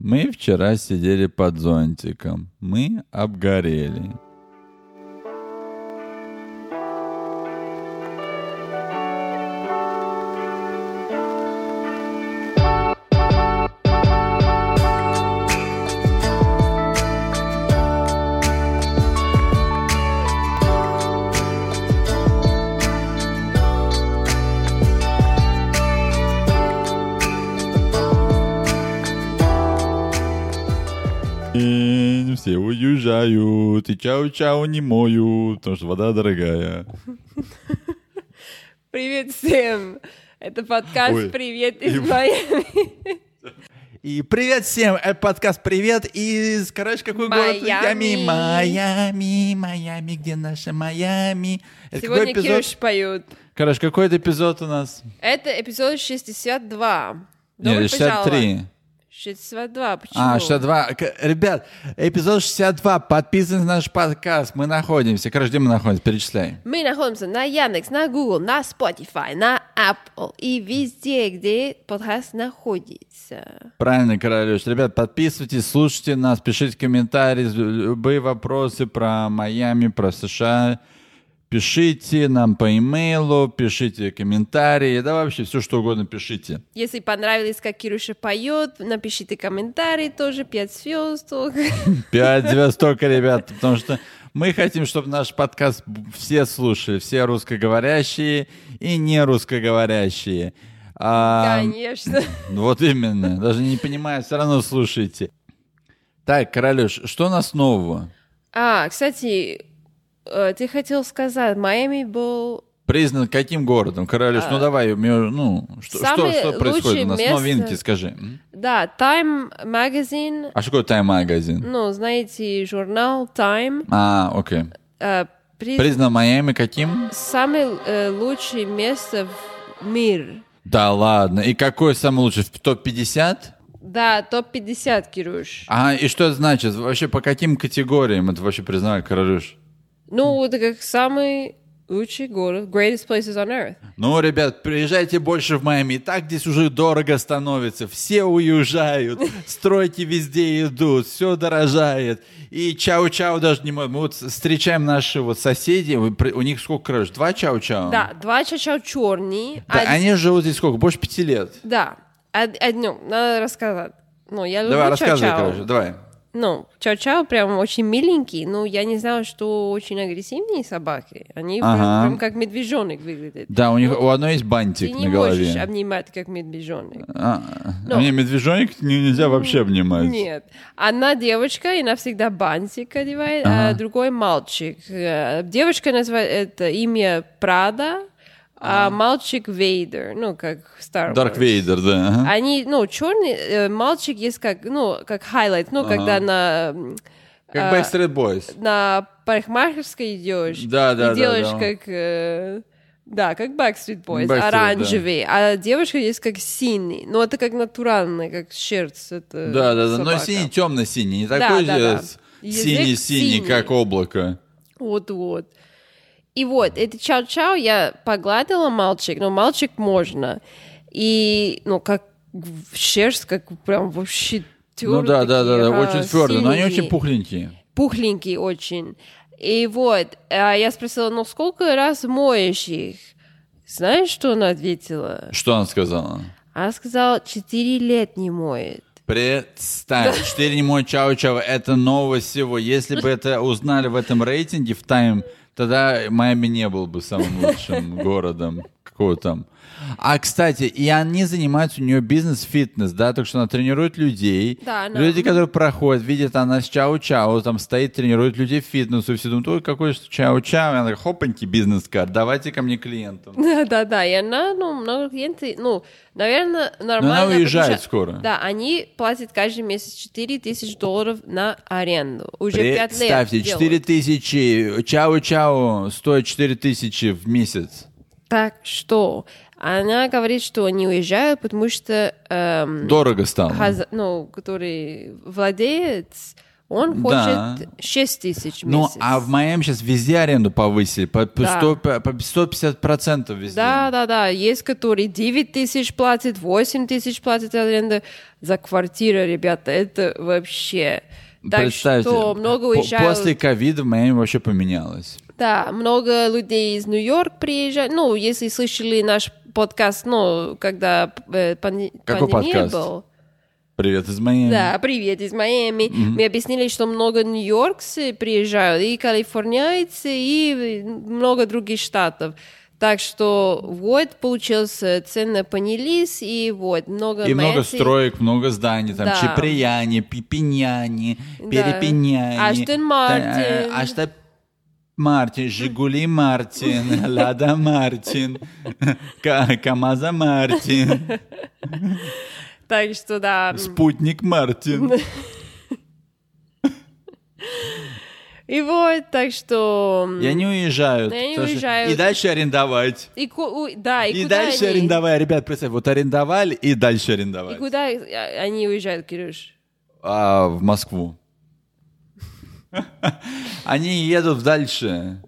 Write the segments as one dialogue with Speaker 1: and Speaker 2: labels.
Speaker 1: Мы вчера сидели под зонтиком. Мы обгорели. День, все уезжают, и чау-чау не моют, потому что вода дорогая.
Speaker 2: Привет всем! Это подкаст
Speaker 1: Ой.
Speaker 2: «Привет из
Speaker 1: И-
Speaker 2: Майами».
Speaker 1: И привет всем, это подкаст «Привет» из, короче, какой город?
Speaker 2: Майами.
Speaker 1: Майами, Майами, где наша Майами? Это какой
Speaker 2: Сегодня
Speaker 1: эпизод?
Speaker 2: Кирюш поют.
Speaker 1: Короче, какой это эпизод у нас?
Speaker 2: Это эпизод 62.
Speaker 1: Нет,
Speaker 2: Добро
Speaker 1: 63.
Speaker 2: пожаловать. 62, почему?
Speaker 1: А, 62. К- Ребят, эпизод 62. Подписывайтесь на наш подкаст. Мы находимся. Короче, где мы находимся? Перечисляй.
Speaker 2: Мы находимся на Яндекс, на Google, на Spotify, на Apple и везде, где подкаст находится.
Speaker 1: Правильно, Королёш. Ребят, подписывайтесь, слушайте нас, пишите комментарии, любые вопросы про Майами, про США. Пишите нам по имейлу, пишите комментарии, да вообще все что угодно пишите.
Speaker 2: Если понравилось, как Кирюша поет, напишите комментарий тоже, 5 звезд.
Speaker 1: Пять звезд только, ребят, потому что мы хотим, чтобы наш подкаст все слушали, все русскоговорящие и не русскоговорящие. А,
Speaker 2: Конечно.
Speaker 1: Вот именно. Даже не понимаю, все равно слушайте. Так, Королёш, что у нас нового?
Speaker 2: А, кстати, э, ты хотел сказать, Майами был
Speaker 1: Признан каким городом? Королёш, ну давай, мне, ну, что, что,
Speaker 2: самое
Speaker 1: что происходит
Speaker 2: лучшее
Speaker 1: у нас?
Speaker 2: место-
Speaker 1: Новинки, скажи. М?
Speaker 2: Да, Time Magazine,
Speaker 1: А что такое тайм-магазин?
Speaker 2: ну, знаете, журнал Time,
Speaker 1: А, окей.
Speaker 2: э, приз-
Speaker 1: Признан Майами каким?
Speaker 2: самое э, лучшее место в мир.
Speaker 1: Да ладно. И какой самый лучший? В топ-50?
Speaker 2: Да, топ-50, Кирюш.
Speaker 1: А, и что это значит? Вообще по каким категориям это вообще признали, Королюш?
Speaker 2: Ну, это как самый лучший город, greatest places on earth.
Speaker 1: Ну, ребят, приезжайте больше в Майами. И так здесь уже дорого становится. Все уезжают, стройки везде идут, все дорожает. И чау-чау даже не... мо- Мы вот с- встречаем наши вот соседи, вы при- у них сколько, короче, два чау-чау?
Speaker 2: Да, А два чача черный.
Speaker 1: Да, они живут здесь сколько? Больше пяти лет.
Speaker 2: Да, од- одну, надо рассказать. Ну, я люблю
Speaker 1: Давай, рассказывай,
Speaker 2: чао-чао.
Speaker 1: короче, давай.
Speaker 2: Ну, чао-чао прям очень миленький, но я не знала, что очень агрессивные собаки. Они прям-
Speaker 1: Ага.
Speaker 2: прям, как медвежонок выглядят.
Speaker 1: Да, у них у одной есть
Speaker 2: Ну, Ты
Speaker 1: бантик
Speaker 2: не
Speaker 1: на
Speaker 2: можешь
Speaker 1: голове.
Speaker 2: обнимать как медвежонок.
Speaker 1: А,
Speaker 2: Ну.
Speaker 1: а мне медвежонок не- нельзя вообще обнимать.
Speaker 2: Нет. Одна девочка, и она всегда бантик одевает, а
Speaker 1: Ага.
Speaker 2: другой мальчик. Э, Девочка называет это имя Прада, а мальчик Вейдер, ну, как в Star
Speaker 1: Дарк
Speaker 2: Wars.
Speaker 1: Вейдер, да. ага.
Speaker 2: Они, ну, черный э, мальчик есть как, ну, как хайлайт, ну, когда на... м,
Speaker 1: Как
Speaker 2: а,
Speaker 1: Backstreet Boys.
Speaker 2: на парикмахерской идешь,
Speaker 1: Да, да, да,
Speaker 2: и делаешь
Speaker 1: да.
Speaker 2: как... э, да, как Backstreet Boys,
Speaker 1: Backstreet,
Speaker 2: оранжевый, а девушка есть как синий, но это как натуральный, как шерсть, это
Speaker 1: Да, да, да. Но
Speaker 2: э, собака.
Speaker 1: синий, темно-синий, не
Speaker 2: Да,
Speaker 1: такой
Speaker 2: да, да.
Speaker 1: же
Speaker 2: Язык
Speaker 1: синий-синий,
Speaker 2: синий.
Speaker 1: как облако.
Speaker 2: Вот-вот. И вот, это чау-чау я погладила мальчик, но мальчик можно. И, ну, как в- шерсть, как прям вообще
Speaker 1: Ну да, да, да, да,
Speaker 2: тёртый,
Speaker 1: очень твердый, но они
Speaker 2: синенький.
Speaker 1: очень пухленькие.
Speaker 2: пухленький очень. И вот, а я спросила, ну сколько раз моешь их? Знаешь, что она ответила?
Speaker 1: Что она сказала?
Speaker 2: Она сказала, четыре лет не моет.
Speaker 1: Представь, 4 не мой чау-чау, это новость всего. Если бы это узнали в этом рейтинге, в тайм, тогда Майами не был бы самым лучшим городом. Какого там. А, кстати, и они занимаются, у нее бизнес-фитнес, да, так что она тренирует людей.
Speaker 2: Да, она-
Speaker 1: Люди, которые проходят, видят, она с чау-чау, там стоит, тренирует людей фитнесу, и все думают, ой, какой же чау-чау. И она говорит, хопаньки, бизнес-карт, давайте ко мне клиентам.
Speaker 2: Да-да-да, и она, ну, много клиентов, ну, наверное, нормально.
Speaker 1: Но она
Speaker 2: потому
Speaker 1: уезжает
Speaker 2: что-
Speaker 1: скоро.
Speaker 2: Да, они платят каждый месяц четыре тысячи долларов на аренду. Уже пять лет
Speaker 1: Представьте,
Speaker 2: делают.
Speaker 1: 4 тысячи, чао-чао стоит 4 тысячи в месяц.
Speaker 2: Так что, она говорит, что они уезжают, потому что... эм,
Speaker 1: Дорого стало.
Speaker 2: хозя- ну, который владеет, Он
Speaker 1: Да.
Speaker 2: хочет 6 тысяч в
Speaker 1: Ну,
Speaker 2: месяц.
Speaker 1: а в Майами сейчас везде аренду повысили, по, по,
Speaker 2: Да.
Speaker 1: 100 по 150% везде.
Speaker 2: Да, да, да. Есть, которые 9 тысяч платят, 8 тысяч платят аренды за квартиру, ребята. Это вообще... Так
Speaker 1: Представьте,
Speaker 2: что много
Speaker 1: по-
Speaker 2: уезжают.
Speaker 1: после ковида в Майами вообще поменялось.
Speaker 2: Да, много людей из Нью-Йорк приезжают. Ну, если слышали наш подкаст, ну, когда э, пан-
Speaker 1: Какой
Speaker 2: пандемия
Speaker 1: подкаст?
Speaker 2: был.
Speaker 1: Привет из Майами.
Speaker 2: Да, привет из Майами. Мы объяснили, что много нью-йоркцы приезжают, и калифорнийцы, и много других штатов. Так что вот получился цены понялись, и вот много
Speaker 1: И много
Speaker 2: Мэти.
Speaker 1: строек, много зданий, там
Speaker 2: Э, Да.
Speaker 1: Чеприяне, Пипиняне,
Speaker 2: Да.
Speaker 1: Перепиняне.
Speaker 2: Аштон Мартин.
Speaker 1: та- э, Аштон Мартин, Жигули Мартин, Лада Мартин, Ка- Камаза Мартин,
Speaker 2: Так что да.
Speaker 1: Спутник Мартин.
Speaker 2: И вот, так что...
Speaker 1: Я не уезжаю.
Speaker 2: Да, они
Speaker 1: потому что-
Speaker 2: уезжают.
Speaker 1: И дальше арендовать.
Speaker 2: И, ку- у- да, и,
Speaker 1: И,
Speaker 2: куда
Speaker 1: дальше
Speaker 2: они?
Speaker 1: арендовать. Ребят, представь, вот арендовали и дальше
Speaker 2: И
Speaker 1: арендовать.
Speaker 2: куда э, они уезжают, Кирюш?
Speaker 1: А, в Москву. Они едут дальше.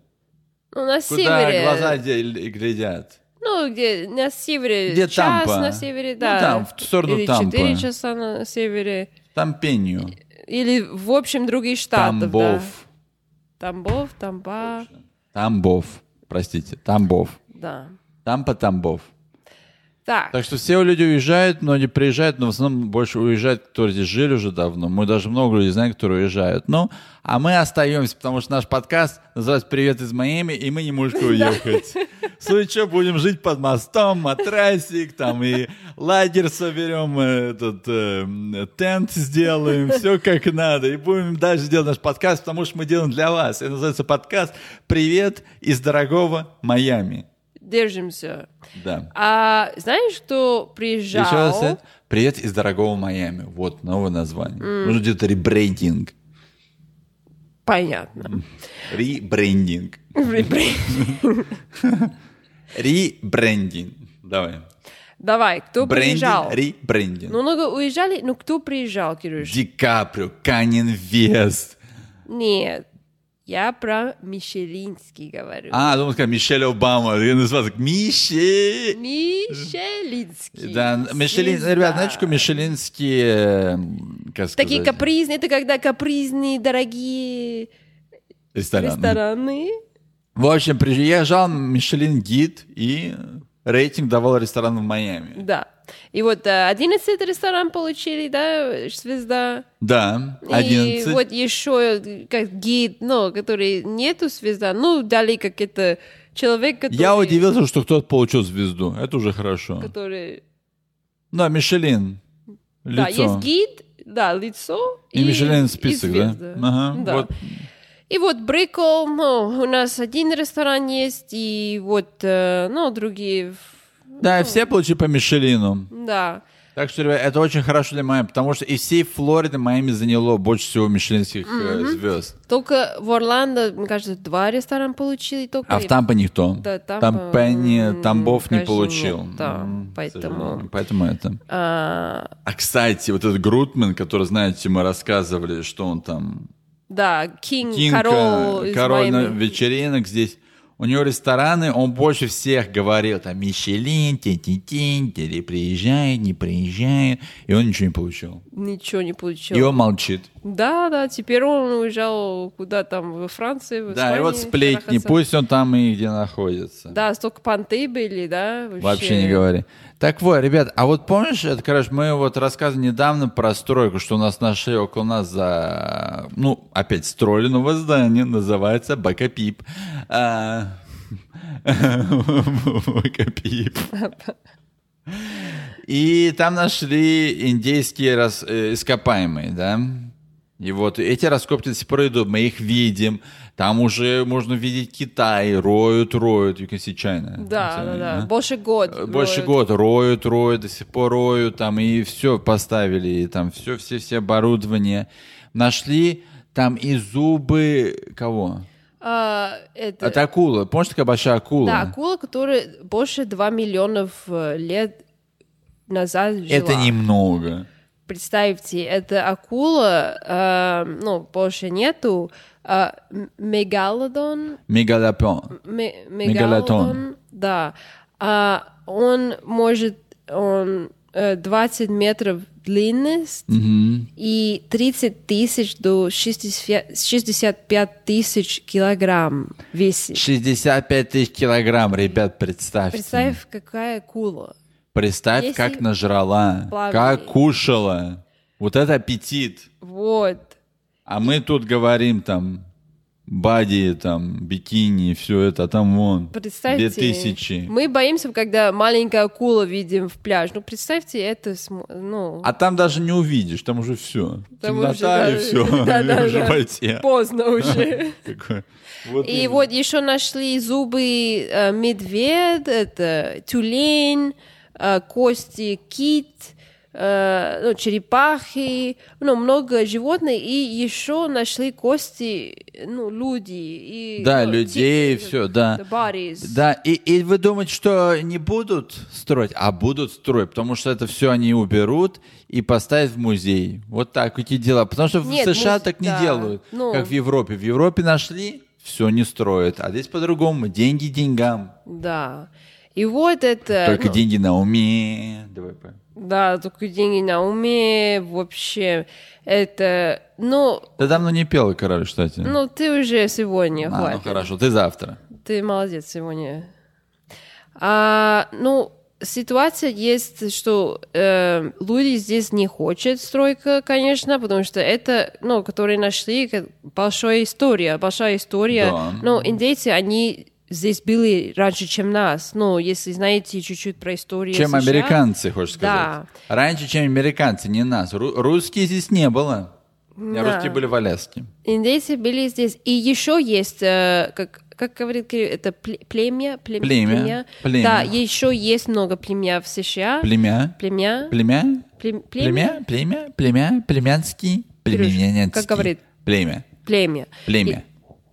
Speaker 2: Ну,
Speaker 1: Куда
Speaker 2: на севере.
Speaker 1: глаза де- глядят.
Speaker 2: Ну, где на севере
Speaker 1: Где
Speaker 2: час
Speaker 1: Тампа?
Speaker 2: на севере,
Speaker 1: Ну,
Speaker 2: да.
Speaker 1: там, в ту сторону
Speaker 2: Или
Speaker 1: Тампы.
Speaker 2: 4 часа на севере.
Speaker 1: Там пенью.
Speaker 2: Или, в общем, других штатов,
Speaker 1: Тамбов.
Speaker 2: да. Тамбов, Тамба,
Speaker 1: Тамбов. Простите, Тамбов.
Speaker 2: да.
Speaker 1: Тампа Тамбов.
Speaker 2: Так,
Speaker 1: Так что все люди уезжают, но не приезжают, но в основном больше уезжают, которые здесь жили уже давно. Мы даже много людей знаем, которые уезжают. Ну, а мы остаемся, потому что наш подкаст называется «Привет из Майами», и мы не можем уехать. В случае чего будем жить под мостом, матрасик, там и лагерь соберем, э, этот э, м, тент сделаем, все как надо. И будем дальше делать наш подкаст, потому что мы делаем для вас. Это называется подкаст «Привет из дорогого Майами».
Speaker 2: держимся.
Speaker 1: Да.
Speaker 2: А знаешь, кто приезжал?
Speaker 1: Еще раз э? это. Привет из дорогого Майами. Вот новое название. Может, где-то ребрендинг.
Speaker 2: Понятно.
Speaker 1: Ребрендинг. Ребрендинг. Давай.
Speaker 2: Давай, кто приезжал?
Speaker 1: Брендинг, ребрендинг.
Speaker 2: Ну, много уезжали, но кто приезжал, Кирюш?
Speaker 1: Ди Каприо, Канин Вест.
Speaker 2: Нет, я про Мишелинский говорю.
Speaker 1: А, думал, как Мишель Обама. Я назвал так Мишель.
Speaker 2: Мишелинский.
Speaker 1: Да, Мишелин,
Speaker 2: звезда.
Speaker 1: ребят, знаете, что мишелинские, э, как сказать,
Speaker 2: Такие капризные, это когда капризные, дорогие
Speaker 1: рестораны.
Speaker 2: рестораны.
Speaker 1: В общем, приезжал Мишелин гид и рейтинг давал ресторан в Майами.
Speaker 2: Да. И вот э, 11 ресторан получили, да, звезда.
Speaker 1: Да, 11.
Speaker 2: И вот еще как гид, ну, который нету звезда, ну, дали как это человек, который...
Speaker 1: Я удивился, что кто-то получил звезду. Это уже хорошо.
Speaker 2: Который...
Speaker 1: Да, Мишелин. Лицо.
Speaker 2: Да, есть гид, да, лицо.
Speaker 1: И, Мишелин список,
Speaker 2: и
Speaker 1: да?
Speaker 2: звезда.
Speaker 1: Ага,
Speaker 2: Да.
Speaker 1: вот.
Speaker 2: И вот Брикл, ну, у нас один ресторан есть, и вот, э, ну, другие, в-
Speaker 1: Да, все получили по Мишелину.
Speaker 2: да.
Speaker 1: Так что, ребят, это очень хорошо для Майами, потому что и всей Флориды Майами заняло больше всего мишелинских э, звезд.
Speaker 2: Только в Орландо, мне кажется, два ресторана получили только.
Speaker 1: А в Тампа никто.
Speaker 2: Да, Тампа,
Speaker 1: Там Пенни
Speaker 2: м,
Speaker 1: Тамбов не
Speaker 2: кажется,
Speaker 1: получил.
Speaker 2: нет, да,
Speaker 1: М, к
Speaker 2: поэтому-
Speaker 1: сожалению. Поэтому это.
Speaker 2: А,
Speaker 1: А, кстати, вот этот Грутман, который, знаете, мы рассказывали, что он там
Speaker 2: да, Кинг,
Speaker 1: Кинг,
Speaker 2: король
Speaker 1: э,
Speaker 2: из
Speaker 1: король на
Speaker 2: Майами.
Speaker 1: вечеринок здесь. У него рестораны, он больше всех говорил, там, Мишелин, тин-тин-тин, или приезжает, не приезжает, и он ничего не получил.
Speaker 2: Ничего не получил.
Speaker 1: И он молчит.
Speaker 2: Да, да, теперь он уезжал куда там, во Франции, в
Speaker 1: Да, и
Speaker 2: Испании
Speaker 1: вот сплетни,
Speaker 2: трахаться.
Speaker 1: пусть он там и где находится.
Speaker 2: Да, столько понты были, да, вообще.
Speaker 1: Вообще не говори. Так вот, ребят, а вот помнишь, это, короче, мы вот рассказывали недавно про стройку, что у нас нашли около нас за... Ну, опять строили новое здание, называется Бакапип. А, Бакапип. И там нашли индейские рас- э, ископаемые, да? И вот эти раскопки до сих пор идут, мы их видим. Там уже можно видеть Китай, роют, роют, you can see China.
Speaker 2: Да, да, да,
Speaker 1: А?
Speaker 2: больше год.
Speaker 1: Больше
Speaker 2: роют.
Speaker 1: года роют, роют, до сих пор роют, там и все поставили, и там все, все, все оборудование. Нашли там и зубы кого?
Speaker 2: А, это-
Speaker 1: От акулы. Помнишь, такая большая акула?
Speaker 2: Да, акула, которая больше 2 миллионов э, лет назад жила.
Speaker 1: Это немного.
Speaker 2: представьте, это акула, э, ну, больше нету, э, м- мегалодон,
Speaker 1: Мегалопен.
Speaker 2: ме-
Speaker 1: Мегалотон.
Speaker 2: мегалодон, да, А он может, он э, 20 метров длинность и 30 тысяч до 60 65 тысяч килограмм весит.
Speaker 1: 65 тысяч килограмм, ребят, представьте.
Speaker 2: Представь, какая акула.
Speaker 1: Представь,
Speaker 2: Если-
Speaker 1: как нажрала,
Speaker 2: Плавали.
Speaker 1: как кушала. Вот это аппетит.
Speaker 2: Вот.
Speaker 1: А мы тут говорим там бади, там бикини, все это, а там вон
Speaker 2: Представьте,
Speaker 1: 2000.
Speaker 2: мы боимся, когда маленькая акула видим в пляж. Ну, представьте, это, см- ну,
Speaker 1: А там даже не увидишь, там уже все.
Speaker 2: Там
Speaker 1: Темнота
Speaker 2: уже, да,
Speaker 1: и все.
Speaker 2: да-да-да.
Speaker 1: Уже поте.
Speaker 2: поздно уже.
Speaker 1: Такое. Вот
Speaker 2: И
Speaker 1: именно.
Speaker 2: вот еще нашли зубы э, медведь, это тюлень, э, кости кит, э, ну, черепахи, ну, много животных, и еще нашли кости, ну, люди. И,
Speaker 1: Да,
Speaker 2: ну,
Speaker 1: людей,
Speaker 2: ти-
Speaker 1: все, да.
Speaker 2: the bodies.
Speaker 1: Да, и, и вы думаете, что не будут строить, а будут строить, потому что это все они уберут и поставят в музей. Вот так эти дела. Потому что
Speaker 2: Нет,
Speaker 1: в США
Speaker 2: муз-
Speaker 1: так не
Speaker 2: да,
Speaker 1: делают,
Speaker 2: ну.
Speaker 1: как в Европе. В Европе нашли, все не строят. А здесь по-другому. Деньги деньгам.
Speaker 2: Да. И вот это...
Speaker 1: Только
Speaker 2: ну,
Speaker 1: деньги на уме. Давай, по-
Speaker 2: Да, только деньги на уме, вообще, это, ну,
Speaker 1: Ты давно не пела, король, кстати.
Speaker 2: ну, ты уже сегодня,
Speaker 1: А, ну
Speaker 2: хватит,
Speaker 1: хорошо, ты завтра.
Speaker 2: ты молодец сегодня. А, ну, ситуация есть, что э, люди здесь не хотят стройка, конечно, потому что это, ну, которые нашли, как большая история, большая история,
Speaker 1: Да.
Speaker 2: ну, индейцы, они здесь были раньше, чем нас, ну, если знаете чуть-чуть про историю
Speaker 1: Чем
Speaker 2: США.
Speaker 1: американцы, хочешь сказать?
Speaker 2: Да.
Speaker 1: Раньше, чем американцы, не нас. Ру- русские здесь не было.
Speaker 2: Да.
Speaker 1: Русские были в Аляске.
Speaker 2: Индейцы были здесь. И еще есть, э, как, как говорит Кирилл, это пле- племя, плем-
Speaker 1: Племя, племя.
Speaker 2: Да, еще есть много племя в США.
Speaker 1: Племя.
Speaker 2: Племя.
Speaker 1: Племя?
Speaker 2: Плем- Племя.
Speaker 1: Племя, племя, племя, племянский, племянский.
Speaker 2: как говорит?
Speaker 1: Племя,
Speaker 2: Племя.
Speaker 1: племя,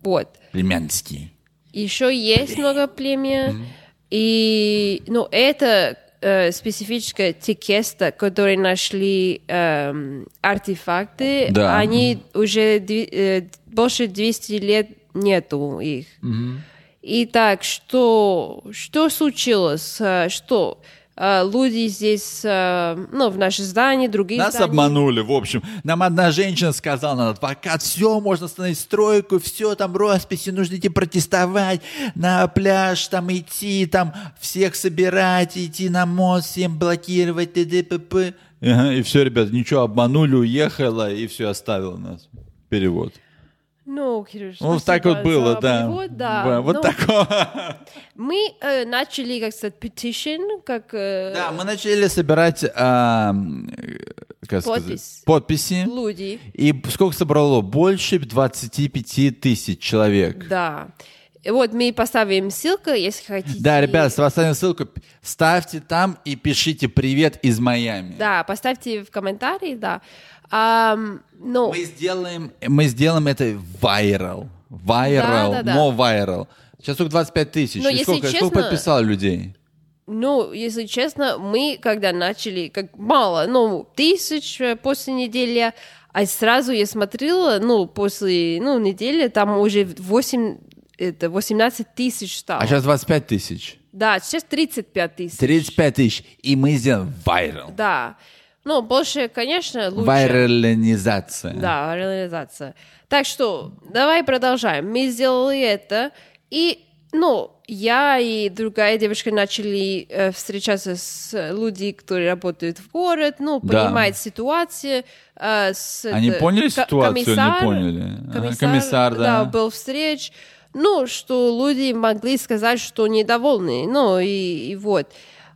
Speaker 2: Вот.
Speaker 1: племянский.
Speaker 2: Еще есть много племя. И, ну, это э, специфическое текеста, которые нашли эм, артефакты,
Speaker 1: Да.
Speaker 2: они уже дви- э, больше 200 лет нету их. Итак, что, что случилось? Э, Что э, люди здесь, э, ну, в наши здания, другие
Speaker 1: Нас
Speaker 2: здания-
Speaker 1: обманули, в общем. Нам одна женщина сказала, на адвокат, все, можно остановить стройку, все, там росписи, нужно идти протестовать, на пляж там идти, там всех собирать, идти на мост, всем блокировать, т.д. п.п. Ага, и все, ребят, ничего, обманули, уехала, и все, оставила нас. Перевод.
Speaker 2: Ну, Кирюш,
Speaker 1: Ну, вот так
Speaker 2: спасибо
Speaker 1: вот было,
Speaker 2: за
Speaker 1: да.
Speaker 2: перевод, да.
Speaker 1: Да, Вот
Speaker 2: Ну,
Speaker 1: так вот.
Speaker 2: Мы э, начали, как сказать, petition, как... э,
Speaker 1: Да, мы начали собирать а, м, как сказать,
Speaker 2: Подпись.
Speaker 1: подписи.
Speaker 2: люди.
Speaker 1: И сколько собрало? Больше 25 тысяч человек.
Speaker 2: Да. И Вот мы поставим ссылку, если хотите.
Speaker 1: Да, ребят, поставим ссылку. П- Ставьте там и пишите привет из Майами.
Speaker 2: Да, поставьте в комментарии, да. Ам, ну,
Speaker 1: Мы сделаем, мы сделаем это вайрал. Вайрал,
Speaker 2: Да, да, да.
Speaker 1: но вайрал. Сейчас только 25 тысяч.
Speaker 2: Но
Speaker 1: И
Speaker 2: если
Speaker 1: сколько, сколько
Speaker 2: честно-
Speaker 1: подписало людей?
Speaker 2: ну, если честно, мы когда начали, как мало, ну, тысяч э, после недели, а сразу я смотрела, ну, после, ну, недели, там уже 8, это 18 тысяч стало.
Speaker 1: А сейчас 25 тысяч.
Speaker 2: Да, сейчас 35 тысяч.
Speaker 1: 35 тысяч. И мы сделаем вайрал.
Speaker 2: Да. Ну, больше, конечно, лучше.
Speaker 1: Вайралинизация.
Speaker 2: Да, реализация. Так что давай продолжаем. Мы сделали это, и, ну, я и другая девушка начали э, встречаться с людьми, которые работают в город, ну,
Speaker 1: Да.
Speaker 2: понимать ситуацию. э, с,
Speaker 1: Они
Speaker 2: это,
Speaker 1: поняли
Speaker 2: ко-
Speaker 1: ситуацию, не
Speaker 2: комиссар-
Speaker 1: поняли? Ага, комиссар, да.
Speaker 2: был встреч. Ну, что люди могли сказать, что недовольны, ну, и, и вот.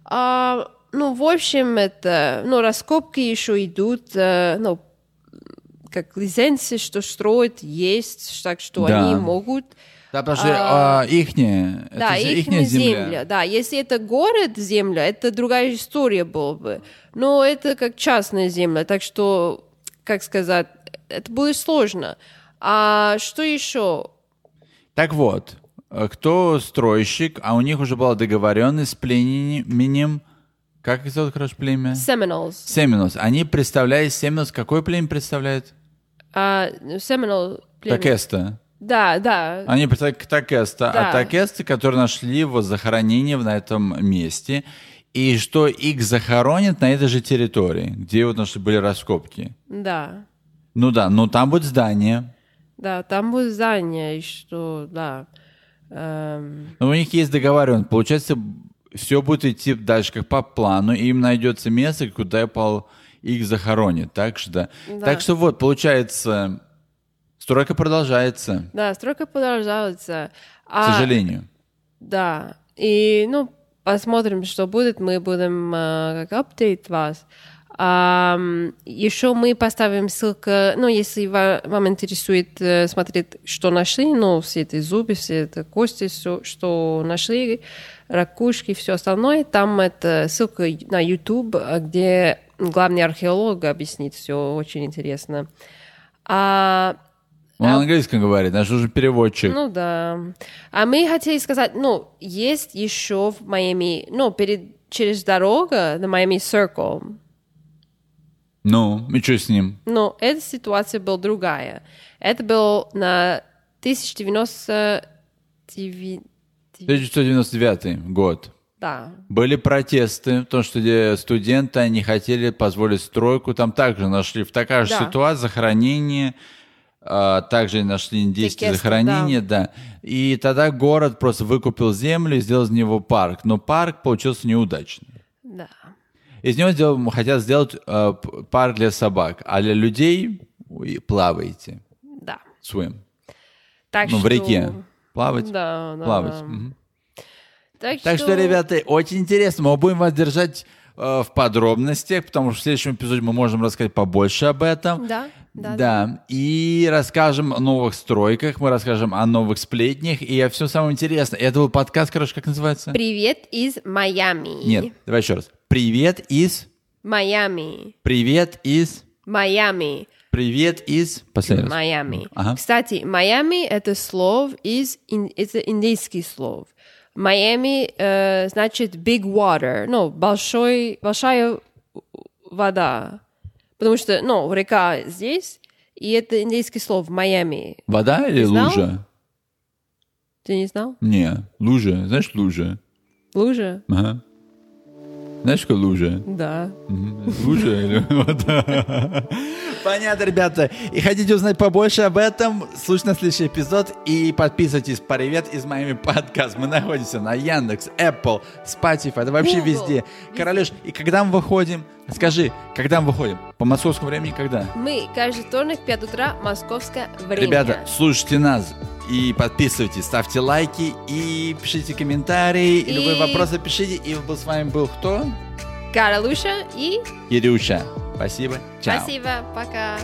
Speaker 2: А, ну, в общем, это, ну, раскопки еще идут, э, ну, как лицензии, что строят, есть, так что
Speaker 1: Да.
Speaker 2: они могут.
Speaker 1: Да, потому что а, ихняя,
Speaker 2: да,
Speaker 1: это же
Speaker 2: их
Speaker 1: ихняя
Speaker 2: не
Speaker 1: земля.
Speaker 2: земля. Да, если это город земля, это другая история была бы. Но это как частная земля, так что, как сказать, это будет сложно. А что еще?
Speaker 1: Так вот, э, кто стройщик, а у них уже была договоренность с плененем Как их зовут, короче, племя?
Speaker 2: Seminoles.
Speaker 1: Семинос. Они представляют Семинос. Какое племя представляет?
Speaker 2: А, Seminole племя.
Speaker 1: Такеста.
Speaker 2: Да, да.
Speaker 1: Они представляют Такеста.
Speaker 2: Да.
Speaker 1: А Такесты, которые нашли его захоронение на этом месте, и что их захоронят на этой же территории, где вот наши были раскопки.
Speaker 2: Да.
Speaker 1: Ну да, но там будет здание.
Speaker 2: Да, там будет здание, и что, да. Эм,
Speaker 1: Но у них есть договоренность. Получается, все будет идти дальше как по плану, и им найдется место, куда пол их захоронит. Так что, да.
Speaker 2: Да.
Speaker 1: так что вот, получается, стройка продолжается,
Speaker 2: да, стройка продолжается.
Speaker 1: к
Speaker 2: А,
Speaker 1: сожалению.
Speaker 2: Да. И, ну, посмотрим, что будет. Мы будем э, как апдейт вас. еще мы поставим ссылку, ну, если ва- вам, интересует э, смотреть, что нашли, ну, все эти зубы, все это кости, все, что нашли, ракушки, все остальное, там это ссылка на YouTube, э, где главный археолог объяснит все очень интересно. А,
Speaker 1: Он на английском говорит, наш уже переводчик.
Speaker 2: ну да. А мы хотели сказать, ну, есть еще в Майами, ну, перед, через дорога на Майами Circle,
Speaker 1: Ну, и что с ним?
Speaker 2: но эта ситуация была другая. Это был на 1099...
Speaker 1: 1999 год.
Speaker 2: Да,
Speaker 1: Были протесты, потому что э, студенты они хотели позволить стройку. Там также нашли в такая же
Speaker 2: Да.
Speaker 1: ситуация захоронение. а, также нашли индейские
Speaker 2: Текесты,
Speaker 1: захоронения, да. И тогда город просто выкупил землю и сделал из него парк. Но парк получился неудачным.
Speaker 2: да.
Speaker 1: Из него сделал- хотят сделать э, п- парк для собак, а для людей и плавайте.
Speaker 2: Да.
Speaker 1: Swim.
Speaker 2: Так
Speaker 1: Ну, в
Speaker 2: что-
Speaker 1: реке. Плавать.
Speaker 2: Да, да,
Speaker 1: плавать.
Speaker 2: да.
Speaker 1: Мгм.
Speaker 2: Так,
Speaker 1: Так что, ребята, очень интересно. Мы будем вас держать э, в подробностях, потому что в следующем эпизоде мы можем рассказать побольше об этом.
Speaker 2: Да, да,
Speaker 1: Да. И расскажем о новых стройках, мы расскажем о новых сплетнях и о всем самом интересном. Это был подкаст, короче, как называется?
Speaker 2: Привет из Майами.
Speaker 1: Нет, давай еще раз. Привет из...
Speaker 2: Майами.
Speaker 1: Привет из...
Speaker 2: Майами.
Speaker 1: Привет из... Последний раз.
Speaker 2: Майами.
Speaker 1: Ага.
Speaker 2: Кстати, Майами это слов из ин- это индийский слов. Майами э, значит big water, ну большой большая вода, потому что ну река здесь и это индийский слов Майами.
Speaker 1: Вода или
Speaker 2: знал?
Speaker 1: лужа?
Speaker 2: Ты не знал?
Speaker 1: Не, лужа. Знаешь, лужа?
Speaker 2: Лужа?
Speaker 1: Ага. Знаешь, что лужа?
Speaker 2: Да.
Speaker 1: Лужа или вода? Понятно, ребята. И хотите узнать побольше об этом, слушайте на следующий эпизод и подписывайтесь. Привет из Майами подкаст. Мы находимся на Яндекс, Apple, Spotify, да вообще
Speaker 2: Google.
Speaker 1: везде. Королеш, и когда мы выходим? Скажи, когда мы выходим? По московскому времени когда?
Speaker 2: Мы каждый вторник в 5 утра московское время.
Speaker 1: Ребята, слушайте нас и подписывайтесь, ставьте лайки и пишите комментарии, и...
Speaker 2: И-
Speaker 1: любые вопросы пишите. И был- с вами был кто?
Speaker 2: Каролуша и
Speaker 1: Ирюша. Спасибо. Чао.
Speaker 2: спасибо, пока.